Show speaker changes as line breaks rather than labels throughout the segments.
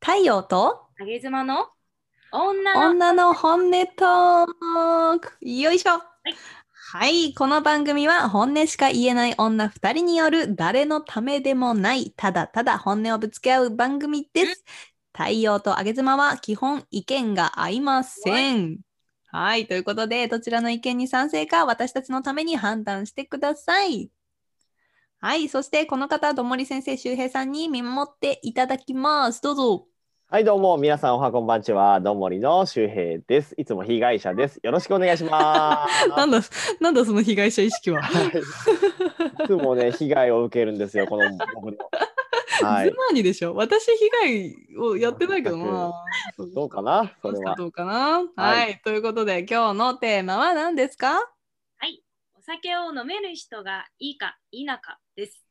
太陽と
げ妻の女の
女の本音トークよいしょはい、この番組は本音しか言えない女2人による誰のためでもないただただ本音をぶつけ合う番組です太陽とあげ妻は基本意見が合いませんはいということでどちらの意見に賛成か私たちのために判断してくださいはいそしてこの方どもり先生周平さんに見守っていただきますどうぞ
はい、どうも、皆さん、おはこんばんちは、どんもりの周平です。いつも被害者です。よろしくお願いしま
なんだ、なんだその被害者意識は。
す。はいいつもね、被害を受けるんですよ、この僕の。は
ズ
い、
マーニでしょ。私被害をやってないけどな。
どうかな、
ど
そうれ
ですか
は。
どうかな。はい、
は
ということで今日のテーマは何ですか？
お酒を飲める人がいいか否かです。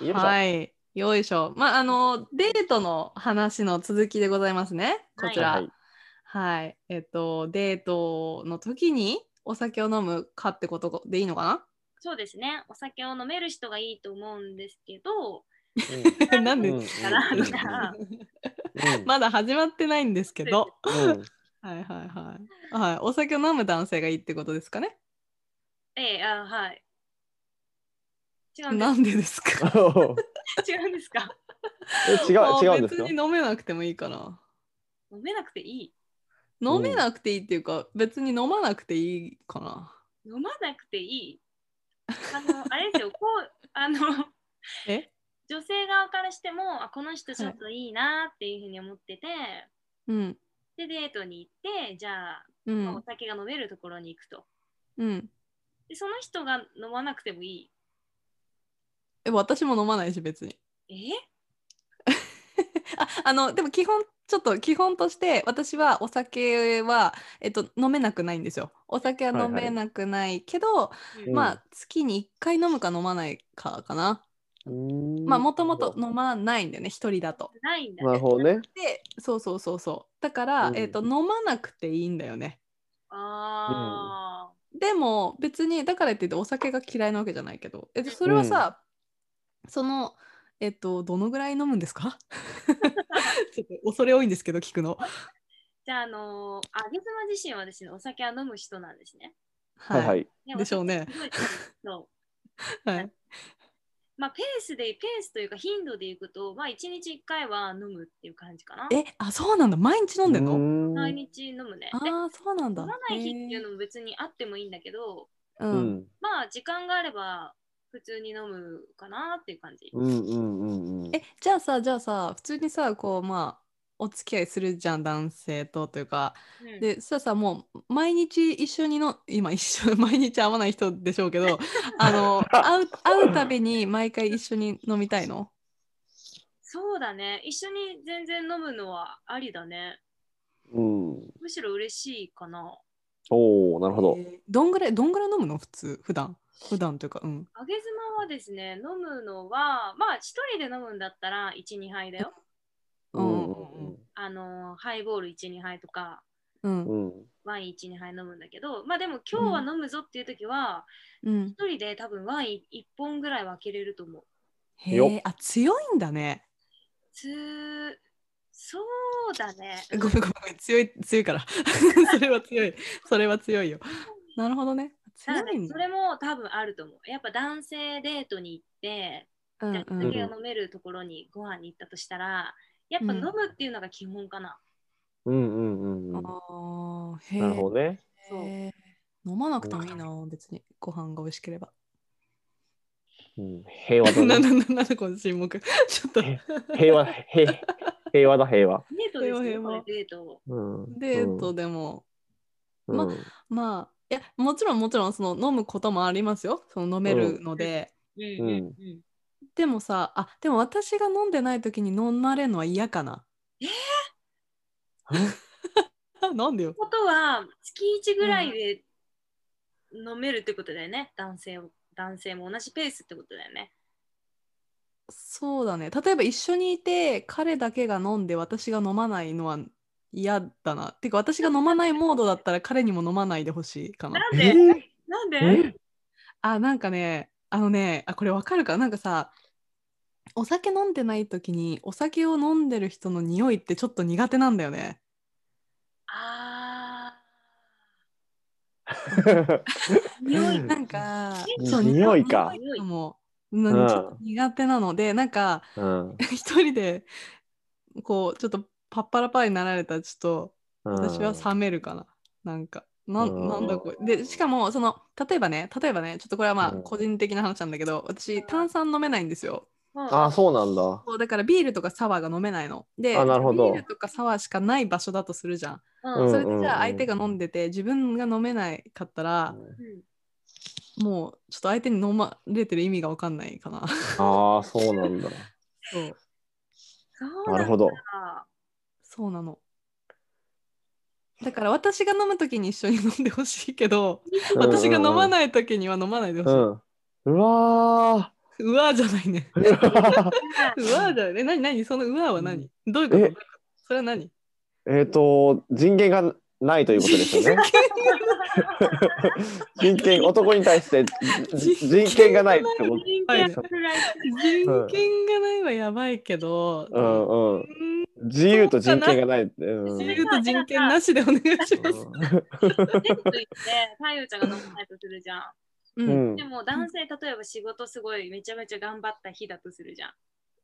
よいしょ
はい。よいしょ。まああのデートの話の続きでございますね。こちら。は
はい い、
えっとデートの時にお酒を飲むかってことでいいのか
そうですね。お酒を飲める人がいいと思うんですけど、
な？なん
う
で？
んうんうん
から
うん
から
うん
まだ始まってないんですけど。
うん
はいはいはい。はい、お酒を飲む男性がいいってことですかね。
ええあはい。違うんで
なんでですか？
す。違うんですか。
え違
あー
う、違うんですか
別。に飲めなくてもいいかな。
飲めなくていい。
ん
飲めなくていいっていうか、別に飲まなくていいかな。
飲まなくていい。あ の、あれですよ。こう、あの、
え
女性側からしても、あこの人ちょっといいなっていうふうに思ってて、
うん。
で、デートに行って、じゃあ、
う
まあお
ん。
酒が飲めるところに行くと。
うん。
で、その人が飲まなくてもい
え、私も飲まないし、別に。
い。え
あ、あの、でも基本、ちょっと基本として、私はお酒は、えっと、飲めなくないんですよ。お酒は飲めなくないけど、
うん
まあ、月に1回飲むか飲まないかかな。まあ、もともと飲まないんだよね、一人だと。
ないんだ、
なるほどね。
で、そうそうそうそう。だから、
うん
えっと、飲まなくていいんだよね。
ああ、
でも別にだからって言ってお酒が嫌いなわけじゃないけど、えっと、それはさ、そのえっとどのぐらい飲むんですか ちょっと恐れ多いんですけど聞くの。
じゃあ、あのー、あげ妻自身はですね、お酒は飲む人なんですね。
はいはい。
でしょうね
私すごい。そう。
はい
まあ、ペースで、ペースというか、頻度でいくと、まあ、1日1回は飲むっていう感じかな。
えあそうなんだ毎日飲んでんの、
の
毎日飲むね。で、
ああそうなんだ。
飲まない日っていうのも別にあってもいいんだけど、
へー
う
うん
ん
まあ、時間があれば、普通に飲むかなっていう感じ。
うんうんうんうん。
えじゃあさじゃあさ普通にさこうまあお付き合いするじゃん男性とというか
うん
でそしたらさもう毎日一緒にの今一緒 毎日会わない人でしょうけどあの会う会うたびに毎回一緒に飲みたいの
そうだね。一緒に全然飲むのはありだね。
うん。
むしろ嬉しいかな。
おお、なるほど。
えーどんぐらいどんぐらい飲むの普通普段普段というかうん
あげ妻はですね、飲むのは、まあ、一人で飲むんだったら、1、2杯だよ。
うん
あのー、ハイボール1、2杯とか、
うん
うん。
ワイン1、2杯飲むんだけど、まあ、でも、今日は飲むぞっていう時は、
うん
一人で多分ワイン1本ぐらいは開けれると思う。
へ
よ
えあ強いんだね
つそうだね。
ごめんごめんごめん強い強いから それは強いそれは強いよなるほどね
ただ
強い
ね
ん
そ
だ
れも多分あると思う。やっぱ男性デートに行って、
うん
じゃあ
う
お酒
ん
が飲めるところにご飯に行ったとしたら、やっぱ
うん
飲むっていうのが基本かな。
うんうんうんうん。
あーへ
なる
え
ほどね。
そう
へー飲まなくてもいいな、別にご飯が美味しければ。
うん、平和だ、
なん
ね、
だなんだこの沈黙。ちょっと。
え平和平平和だ平和。
デートです
平
よ、
和
こ
平
れ
和
デート。
うん、
デートでも、
うん、
ままあ、いや、もちろんもちろんその飲むこともありますよ。その飲めるので。
うん
うん
うん
でもさ、あ、でも私が飲んでない時に飲まれるのは嫌かな。あなんでよ。
ことは、月1ぐらいで飲めるってことだよね、男性も。男性も同じペースってことだよね。
そうだね。例えば一緒にいて、彼だけが飲んで私が飲まないのは嫌だな。てか私が飲まないモードだったら彼にも飲まないでほしいかな。
なんで
えー
なん
え
で
あ、なんかね、あのね、あ、これわかるかななんかさ、お酒飲んでない時にお酒を飲んでる人の匂いってちょっと苦手なんだよね。
あ
匂い
なんか
そう匂いか
匂いもうんちょっと苦手なので、なんか
うん
一人でこうちょっとパッパラパーになられたらちょっと私は冷めるかな。なんかな
うん
んなんだこれでしかもその例えばね例えばねちょっとこれはまあ
うん
個人的な話なんだけど私炭酸飲めないんですよ。
ーうん
あそうなんだ。
そうだからビールとかサワーが飲めないの。で
あなるほど
ビールとかサワーしかない場所だとするじゃん。
うん
うん
それでじゃあ相手が飲んでて自分が飲めないかったら
うん
もうちょっと相手に飲まれてる意味が分かんないかな。
ああそうなんだ。
そう
そう
なる
ど。
ほど。
そうなの。だから私が飲む時に一緒に飲んでほしいけど私が飲ま
い。
ない時には飲まないで
う
ほしい。
ん。うわ
うわーじゃないね。
ー。
うわーじゃないね。何何そのうわーは何、どういうことど
え
ういうことそれは何
えっと人権がないということですよね。人権男に対してじ人権がないってこと。
人
はい
権フライ
人権がないはやばいけど、
うんうん。自由と人権がないって。うん
自由と人権なしでお願いします。
ド全部言って太陽ちゃんが飲まないとするじゃん。
う
うんん
でも男性例えば仕事すごいめちゃめちゃ頑張った日だとするじゃん。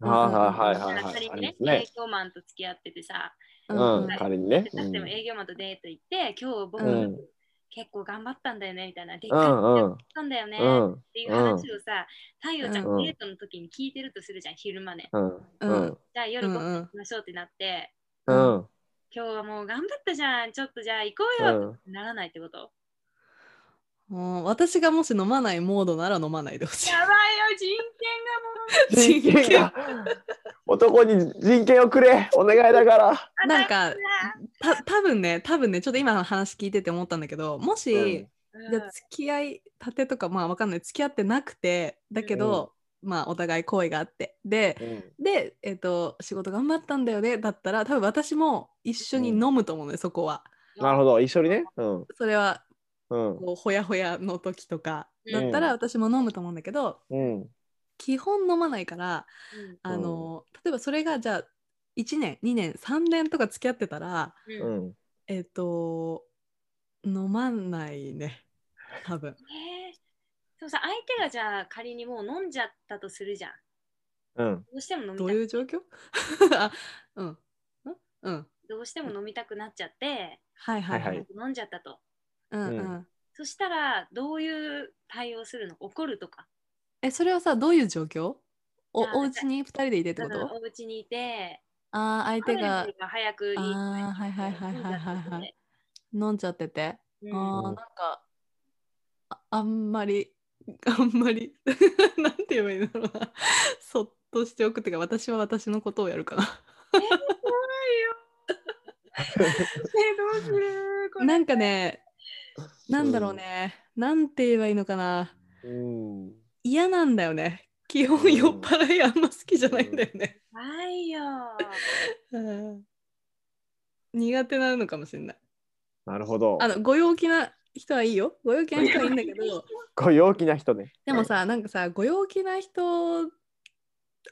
はいはいはいはい
仮
あ
に
り
ね
ますね
営業マンと付き合っててさ、
うん
う
仮にね。う
でも
ん
営業マンとデート行って今日僕、
うん
結構頑張ったんだよねみたいなでっ
う
かいことやっ
ん
たんだよね、
う
っ
ん
ていう話をさ太陽ちゃん
う
が
ん
デートの時に聞いてるとするじゃん昼間ね。
うんう
うんん
じゃあ夜
う
ご飯行
ん
きましょうってなって、
うん
今日はもう頑張ったじゃんちょっとじゃあ行こう
う
よ、
ん。
ならないってこと
うん、私がもし飲まないモードなら飲まないでほしい
や。ばいよ人
人権が男に人権をくれお願いだ
権
から。
がもう
なんかた多分ね多分ねちょっと今の話聞いてて思ったんだけどもし、じゃあ付き合いたてとかまあわかんない付き合ってなくてだけど、まあお互い好意があってでで、えっと仕事頑張ったんだよねだったら多分私も一緒に飲むと思うね、そこは。
なるほど一緒にね。うん
それは
うん
こうほやほやの時とかだったら私も飲むと思うんだけど、
うん
基本飲まないから
うん
あの、例えばそれがじゃあ1年2年3年とか付き合ってたら
う
うんん。
えっ、と飲まないね多分
えーでもさ相手がじゃあ仮にもう飲んじゃったとするじゃん
うん
どうしても飲みた
ど
く
ういう状況 あうんんうん
どうしても飲みたくなっちゃって、
はいはい
は
はいい
飲んじゃったと
うんう
うん
そしたらどういう対応するの怒るとか
えそれはさどういう状況お
あー
お家に2人でいてってこ
だから
と
お家にいて
ああ相手が
彼女早く
あー
に
はいはいはいはいはいはい飲んじゃってて
飲ん
あ
じゃ
ーなん
ったと
う
んかああんまり あんまり なんて言えばいいんだろうなそっとしておくっていうか私は私のことをやるかな
でうんえどうするこれ
なんかねなんだろうね、なんて言えばいいのかな
うん。
嫌なんだよね基
う
本
ん
酔っ払いあんま好きじゃないんだよね、
怖いよ
うん苦手なのかもしれない
なるほど
あ。のご陽気な人はいいよご陽気な人はいいんだけど
こう陽気な人ね。
でもさ、なんかさ、ご陽気な人、お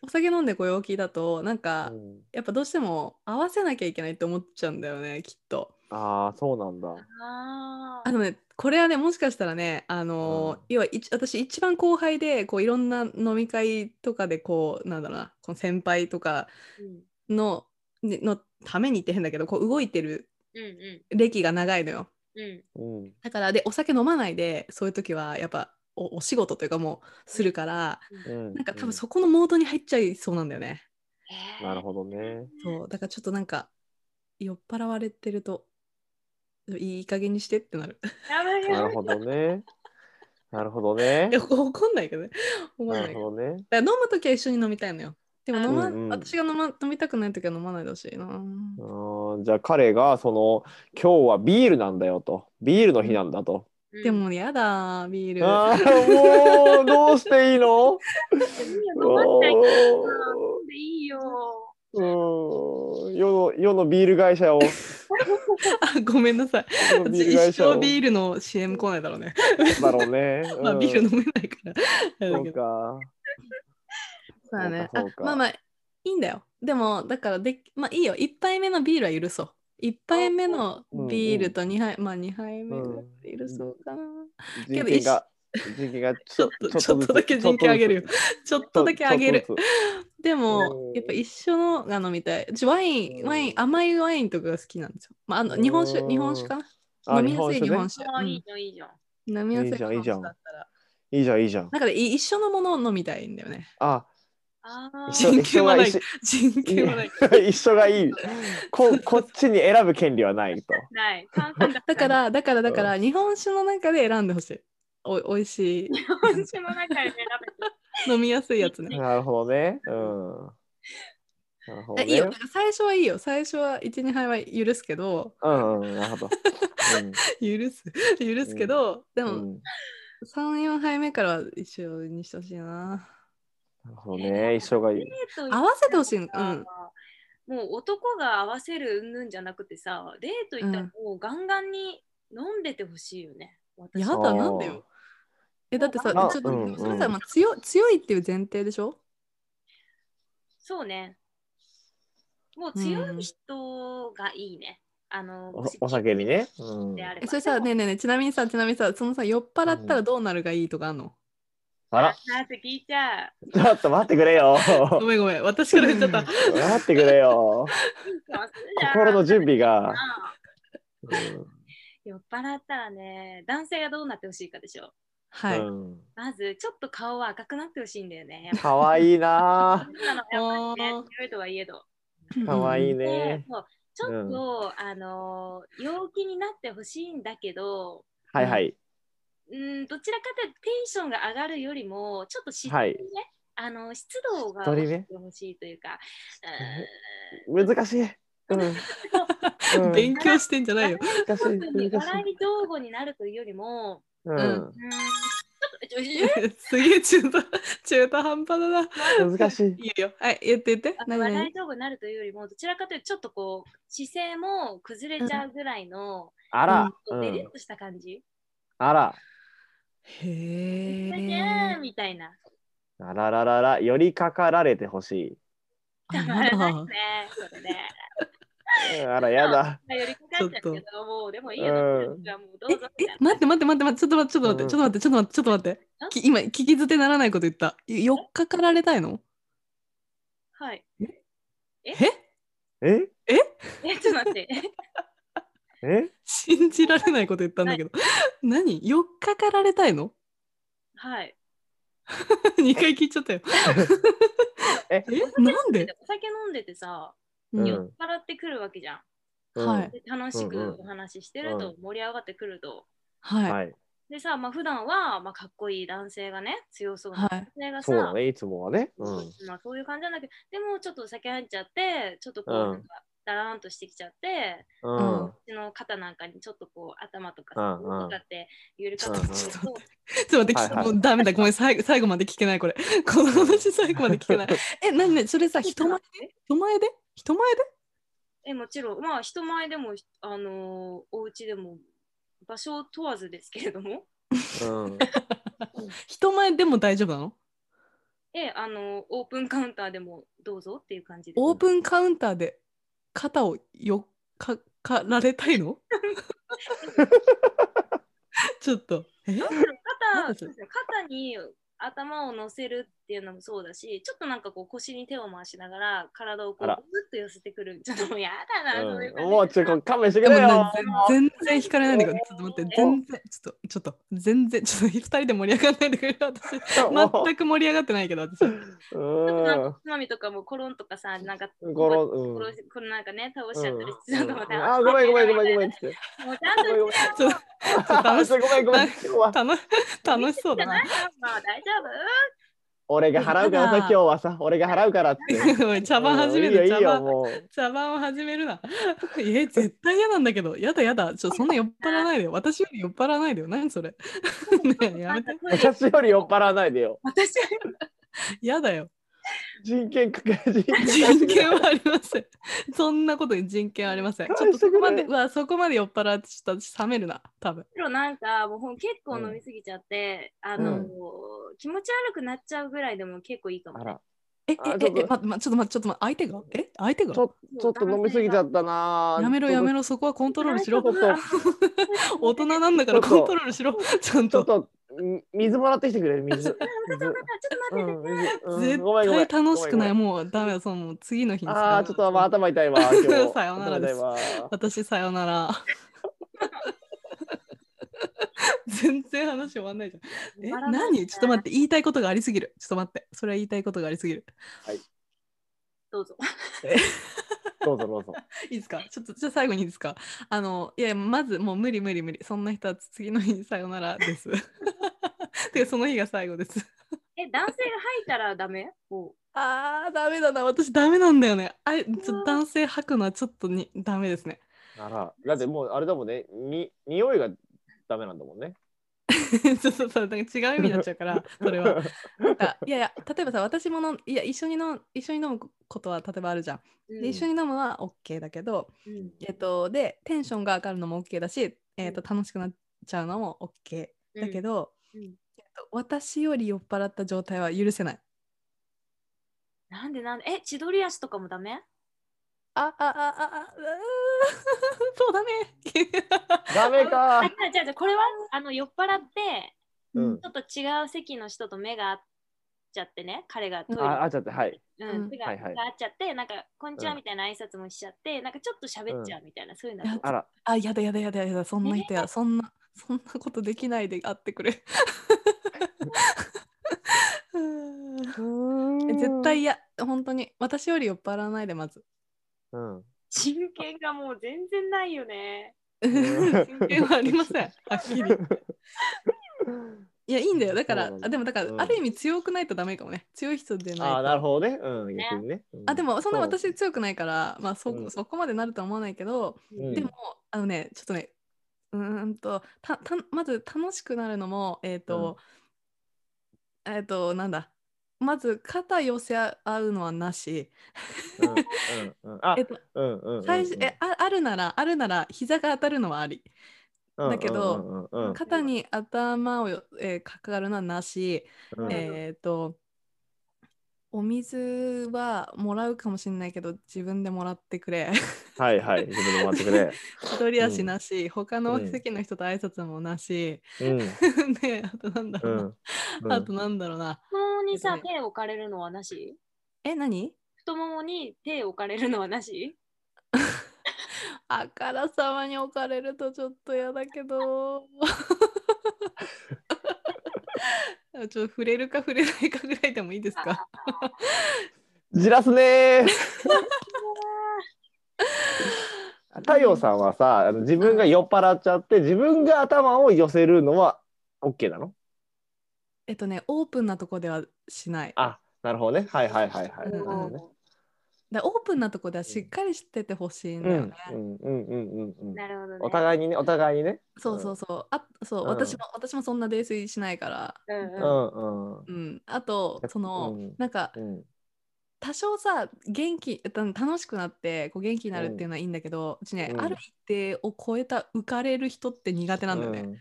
酒飲んでご陽気だと、なん
う
か、
ん。
やっぱどうしても合わせなきゃいけないって思っちゃうんだよね、きっと。
ああそうなんだ。
あ
あのね、これはね、もしかしたらね、あのー
うん
要は一私一番後輩で、こういろんな飲み会とかで、こう、なんだろうな、この先輩とか
ーうん
の、ねのためにって変だけど、こう動いてる
うんう
歴が長いのよ。
んうん
うん
だから、で、お酒飲まないで、そういう時は、やっぱお、お仕事というかもう、するから、
うん。
なんか多分そこのモードに入っちゃいそうなんだよね。
えー
なるほどね。
そうだからちょっとなんか酔っ払われてるといい加減にしてってなる。
やばい
な
やば
る
い
ほどね。なるほどね
いや。 怒んないけどね。思わ
な
ないけ
る
ど。
ほどね。
だから飲むときは一緒に飲みたいのよ。でも飲ま、
うんうん
私が飲,、ま、飲みたくないときは飲まないでほしいな。
あーじゃあ彼がその今日はビールなんだよとビールの日なんだと。
うん
でもやだビール。
あーもうどうしていいの？
いいよ飲まない
う
でいいよ
ーん世の世のビール会社を
あごめんなさい。
世のビー
私
ル会
一
社
生
を
ビールの CM 来ないだろうね。
だろうね。
まあ
うん
ビール飲めないから。あれ
そ
だけ
う
ど
か。
そうだね。
そ
あ
うかそうか
まあまあ、いいんだよ。でも、だからで、まあいいよ。1杯目のビールは許そう。1杯目のビールと2杯、まあ2杯目だったら許そうかな。
人
けど
権が、人権が
ちょっと、ちょっとだけ人気上げるよ。。ちょっ
ちょ
と
っ
だけ上げる
ちょ。っとずつ
でも
う、ん
やっぱ一緒のが飲みたい。うちワイン、
うん
ワイン、甘いワインとかが好きなんですよ。まあ、あの日本酒、
うん
日本酒かな
あ
飲みやすい
日
日
本
本
酒
酒。
あ
う
ー
ん
いいじゃん、いいじゃん。
飲みやすい
い
日
いじゃんいい
本
じゃ
酒
ん
だったら。
ね。いいじゃん、いいじゃん。
なんかでい一緒のものを飲みたいんだよね。
あ、
あ
一緒
ー
人権はない
一緒
人権はない。
一緒がいい。こ、こっちに選ぶ権利はないと。
ない。簡単だ
だ から、だから、だから、日本酒の中で選んでほしい。おいしい、
日本酒の中で選べて
飲みやすいやつね。
なるほどね。うん。なるほど、
え
ね。
いいよ、なんか最初はいいよ。最初は1、2杯は許すけど、
うんうん、なるほど。
許す、許すけど、で
うん、
も、
うん
3、4杯目からは一緒にしてほしいな。
なるほどね。一緒がいい。
デート行った
合わせてほしいの。う
ら
ん。
もう男が合わせるうんぬんじゃなくてさ、デート行ったらもうガンガンに飲んでてほしいよね。私
や
は
だ、なんでよ。え、だってさ、ち
あ
ょっと、
うんうん
それさ、まあ、強い強いっていう前提でしょ
そうね。もう強い人がいいね。あの、
おお酒にね。うん
であれ
え
ば。
それさ、ねえねえねえ、ちなみにさ、ちなみにさ、そのさ、酔っ払ったらどうなるがいいとかあんの、
あら、
なんて聞いちゃう。
ちょっと待ってくれよ。
ごめんごめん、私から言っちゃった。
待ってくれよ。心の準備が。うん
酔っ払ったらね、男性がどうなってほしいかでしょ。
はい。
うん
まず、ちょっと顔は赤くなってほしいんだよね。やっぱ
かわいいな
り女のやっ ぱ
あ
り
ー
ね、強いとはいえど。
ぁ。かわいい
で
ね。
もうちょっと、あのー陽気になってほしいんだけど、
はいはい。
うん、どちらかというとテンションが上がるよりも、ちょっとしっと
は
り
い
ね、あの湿度が
しっとりね
ほしいというか、
難しい。うん。うん
勉強してんじゃないよ。
難し
特に
い。難し
笑
い。
い道具になるというよりも、
うん。
うん、ちょっと、え
すげえ中途中途半端だな。
難しい。
いいよ。はい、言って言って。
え
何
笑い
何
道具になるというよりも、どちらかというと、ちょっとこう、姿勢も崩れちゃうぐらいの、
あら。
こ
う
うデリ
ん
ッ。とした感じ、
あら。
へ
それで
え。
みたいな。
あらららら。寄りかかられてほしい。
あ
たま
や
らない
だ
ね。それね
うんあら、やだ。
まあ寄りかかっちゃう
ちょ
け
っ
ど、もうでもいいよな。
うん
じゃあもうど
え
うぞみたい
え待って待って待って待ってちょっと待ってちょっと待ってちょっと待ってちょっと待ってちょっと待って
な。
き今聞き捨てならないこと言った。よっかかられたいの？
はい。
え？
え
え、ちょっと待って。
え
信じられないこと言ったんだけど。何？よっかかられたいの？
はい。
二回聞いちゃったよ。
え
えなんで？
お酒飲んでてさ、
うん
酔っ払ってくるわけじゃん。
うん
はい
で楽し
うん
く
うん
お話ししてると、盛り上がってくると。
はい
はい。
でさ、まあ普段はまあかっこいい男性がね、強そうな
はい。
男性がさ、
そうだね、いつもはね。う
そ
ん。
うまあ、そういう感じなんだけど、でもちょっとお酒入っちゃって、ちょっとこう、
うん
なんかだらーんとしてきちゃって、
うん。
うちの肩なんかにちょっとこう頭とか
う
さ、
んうん
とかって揺れ
ち
方
ょっ
を
と
する
ちょっと
と、
ちょっと待って、
はいはい
もうダメだ、ごめん、最後最後まで聞けない、これ。 この話、最後まで聞けない。え、なになに、それさ、人前で人前で人前で
え、もちろん、まあ、人前でも、あのーお家でも、場所を問わずですけれども、
うん。
人前でも大丈夫なの
え、あのーオープンカウンターでもどうぞっていう感じで。
オープンカウンターで肩をよかかられたいのちょっと。え
肩そうですね肩に頭を乗せるっていうのもそうだし、ちょっとなんかこう腰に手を回しながら、体をこ
あ
う
ら
ぐっと寄せてくる。ちょっともうやだな、そういう
う
感
ん
じ
もうちょっと勘弁して
で
く
も
れ
な
よ。
全然引かれないんだけど、ちょっと待って、全然、ちょっと、ちょっと、全然、ちょっと、二人で盛り上がらないでくれよ、私。全く盛り上がってないけど、私。
う
なん
ん
か。つまみとかもコロンとかさ、なんか、
ごろん、
こ
うん。
れこれなんかね、倒しちゃったりして、ちょっとまた、
あ、ごめんごめんごめんごめ
も
ん。
うちゃんと
ごめん
ちょっ と楽し
ごめんごめん。今日は
楽楽しそうだ
じゃない
な。
よ、もう大丈夫
俺が払うからさ、今日はさ、俺が払うからって。
お い茶番始め
いいよ
る
いい
茶
よ
番
も
茶番を始めるな。 え絶対嫌なんだけど、やだやだ、ちょそんな酔っ払わないでよ。私より酔っ払わないでよ。何それ。 ねえやめて。
う私より酔っ払わないでよ。
私は
やだよ。
人権かか人
人権はありません。そんなことに人権はありません。ちょっとそこまで、うわ、そこまで酔っ払ってちょっと私冷めるな、多分。
今日なんかもうほん結構飲みすぎちゃって、あの、
う
気持ち悪くなっちゃうぐらいでも結構いいかも
あ
ね。
ら。
ええ、え
あ、ち
え
ょっと、
え、ま、ま、ちょっと待って、ちょっと待って、相手がえ、相手が
ちょちょっと飲みすぎちゃったな
やめろ、やめ
ろ
ろ、そこはコントロールし
ちょ
ろ
っ。とちょっ
大人なんだから
ちょっと
コントロールしろ。ちゃん
とちょっ
と。
とみ水もらってきてくれる水
ちょっと待って、ちょっと待って。
うん水うん
絶
ごめんごめん
対楽しくない。
ごめんごめん
もうダメだ、そのもう次の日に
ああ、ちょっとまあ頭痛いわ。 今日
さようならです
頭痛いわ
私さよな ら。全然話終わんないじゃん。え、
バラバラ
何ちょっと待って、言いたいことがありすぎる。ちょっと待って、それは言いたいことがありすぎる。
どうぞ。
どうぞどうぞ。
いいですかちょっとじゃあ最後にいいですかあの、いや、まずもう無理無理無理。そんな人は次の日にさよなら です。てか、その日が最後です。
え、男性が吐いたらダメも
あー、ダメだな。私ダメなんだよね。あれ、ちょっ
う
と
わー
男性吐くのはちょっとにダメですね。
あら、だってもうあれだもんね。に匂いがダメなんだもんね。
ちょっと そうなんか違う意味になっちゃうから、それは。なん かいやいや、例えばさ、私ものいや一緒にの一緒に飲むことは例えばあるじゃん。
う。
で、一緒に飲むのは OK だけど、
うん
えっと、で、テンションが上がるのも OK だし、えっと、楽しくなっちゃうのも OK だけど、
うんうん
えっと私より酔っ払った状態は許せない。
なんでなんでえ、千鳥足とかもダメ
あああああうー そうだね。
ダメ
あ、
か
じ。ゃあじゃあじゃあこれはあの酔っ払って、
うん
ちょっと違う席の人と目が合っちゃってね、彼がトイレ
あ、あちゃって、はい。
うん、手が
は
合
いはい
っちゃって、なんか、こんにちは
うん
みたいな挨拶もしちゃって、なんかちょっと喋っちゃうみたいな、そういうの
いや
あら、
あ、やだやだやだやだ、そんな人 や、そんな、そんなことできないで会ってくれ。 うーんえ絶対嫌、本当に。私より酔っ払わないで、まず。
うん。
人権がもう全然ないよね。
人権はありません、はっきり。 いや、いいんだよ。だから
そうなん、だ
あでもだから、
うん
ある意味強くないとダメかもね。強い人でないと。
あー、なるほどね。うん、
ね
逆にね。うん
あでもそんな
そう
私強くないから、まあそ,、
うん
そこまでなるとは思わないけど、
うん
でもあのねちょっとねうーんとたたまず楽しくなるのもえっ、と、えっ、となんだまず肩寄せ合うのはなし、
うんうんうんあ
えっと、
うんうんうん。
最初えああるならあるなら膝が当たるのはあり、
うん
だけど
うんうんうんうん
肩に頭をよ、えーかかるのはなし、
うん
えっ、とお水はもらうかもしれないけど自分でもらってく れ。
はいはい、自分でもらってくれ。
一人足なし、他の
うん
席の人と挨拶もなし、
うん。
であとなんだ
う
ろうな、
ん。う ん
あとなんだろうな
太ももにさ、
え
手を置かれるのはなし
え何
太ももに手を置かれるのはなし
あからさまに置かれるとちょっと嫌だけどちょっと触れるか触れないかぐらいでもいいですか
じらすねー。太陽さんはさ、あの自分が酔っ払っちゃって、自分が頭を寄せるのは OK なの
えっとねオープンなとこではしない
あ、なるほどね。はいはいはいはい。
うん
なるほどね
お
だオープンなとこではしっかりしててほしいん
う
だよ
ん
ね、
うんうんうんうんう
ー
ん。
なるほどね。
お互いにね、お互いにね。
そうそうそうあそう、
うん
私も私もそんな泥酔しないから
うんう
う
ん
んうん
うんあとその、
うん
なんか
うん
多少さ元気た楽しくなってこう元気になるっていうのはいいんだけど、うちね、
うん
ある一定を超えた浮かれる人って苦手なんだよね。
うわ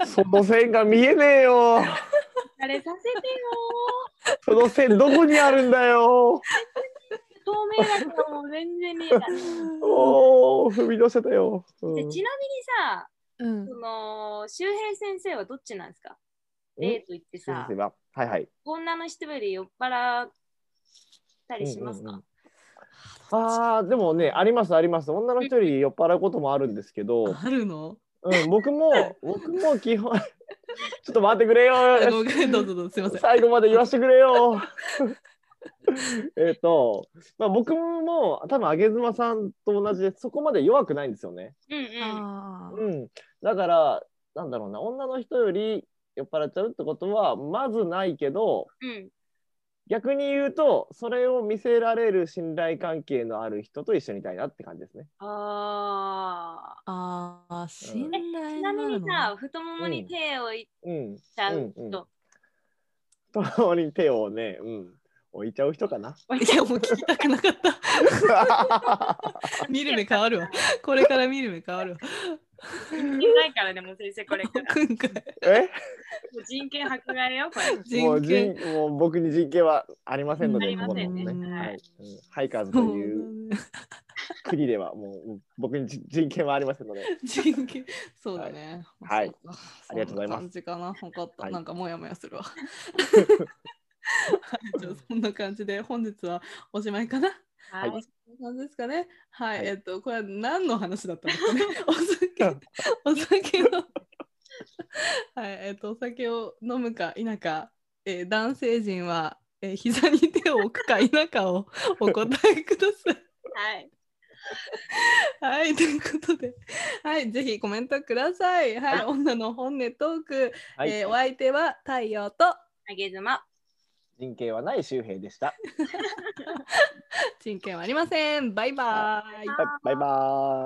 ー
その線が見えねえよ。
あれさせてよ
その線どこにあるんだ
ー。
よ。
透明だけどもう全然見えない。
おお、踏み出せたよ。うん
でちなみにさ、
うん
その周平先生はどっちなんですかデート行って
そうで
さ
す、ねまあはいはい。
女の人より酔っ払ったりしますか、
うんうんうんああ、でもね、ありますあります。女の人より酔っ払うこともあるんですけど、
あるの
うん、僕も、僕も基本、ちょ っと待ってくれよ
あ。ごめんどうぞどうぞすいません。
最後まで言わせてくれよ。 えっと、まあ、僕も多分、あげずまさんと同じで、そこまで弱くないんですよね。
うんうん。
あー
うん。だから、なんだろうな、女の人より酔っ払っちゃうってことは、まずないけど、
うん。
逆に言うと、それを見せられる信頼関係のある人と一緒にいたいなって感じですね。
あ
あー信
え
頼
あ。ち
が
な
あ
み
る
に
の
さ、太ももに手を置い
うん。
ちゃ
う
うん
うん
人。
太ももに手をね、うん、置いちゃう人かな。
いやもう聞きたく なかった。見る目変わるわ。これから見る目変わるわ。
人権ないからね、もう先生これから。
今回
え
もう人権迫害よ、これ。
も
人
う人
権
もう僕に人権はありませんので、
ありませんね
ここの
はい
はいうんハイカーズという国ではもう僕に人人権はありませんので、
人権そうだね。
はい
そうか。
ありがとうござい
そん
ます
な感じかな。分かった。
はい
なんかモヤモヤする わ。はいじゃあそんな感じで本日はおしまいかな。
はい
はい
こんな感じですかね。はい。
はい
えっとこれは何の話だったんです かね。お酒お酒のはいえっとお酒を飲むか否か、えー男性陣は、えー膝に手を置くか否かをお答えください。
はい。
はい、ということで、はい、ぜひコメントください。はい、
はい
女の本音トーク、
はい
えーお相手は太陽と
あげずま。
人権はない周平でした。
人権はありません。バイバイ。
バイバイバーイ。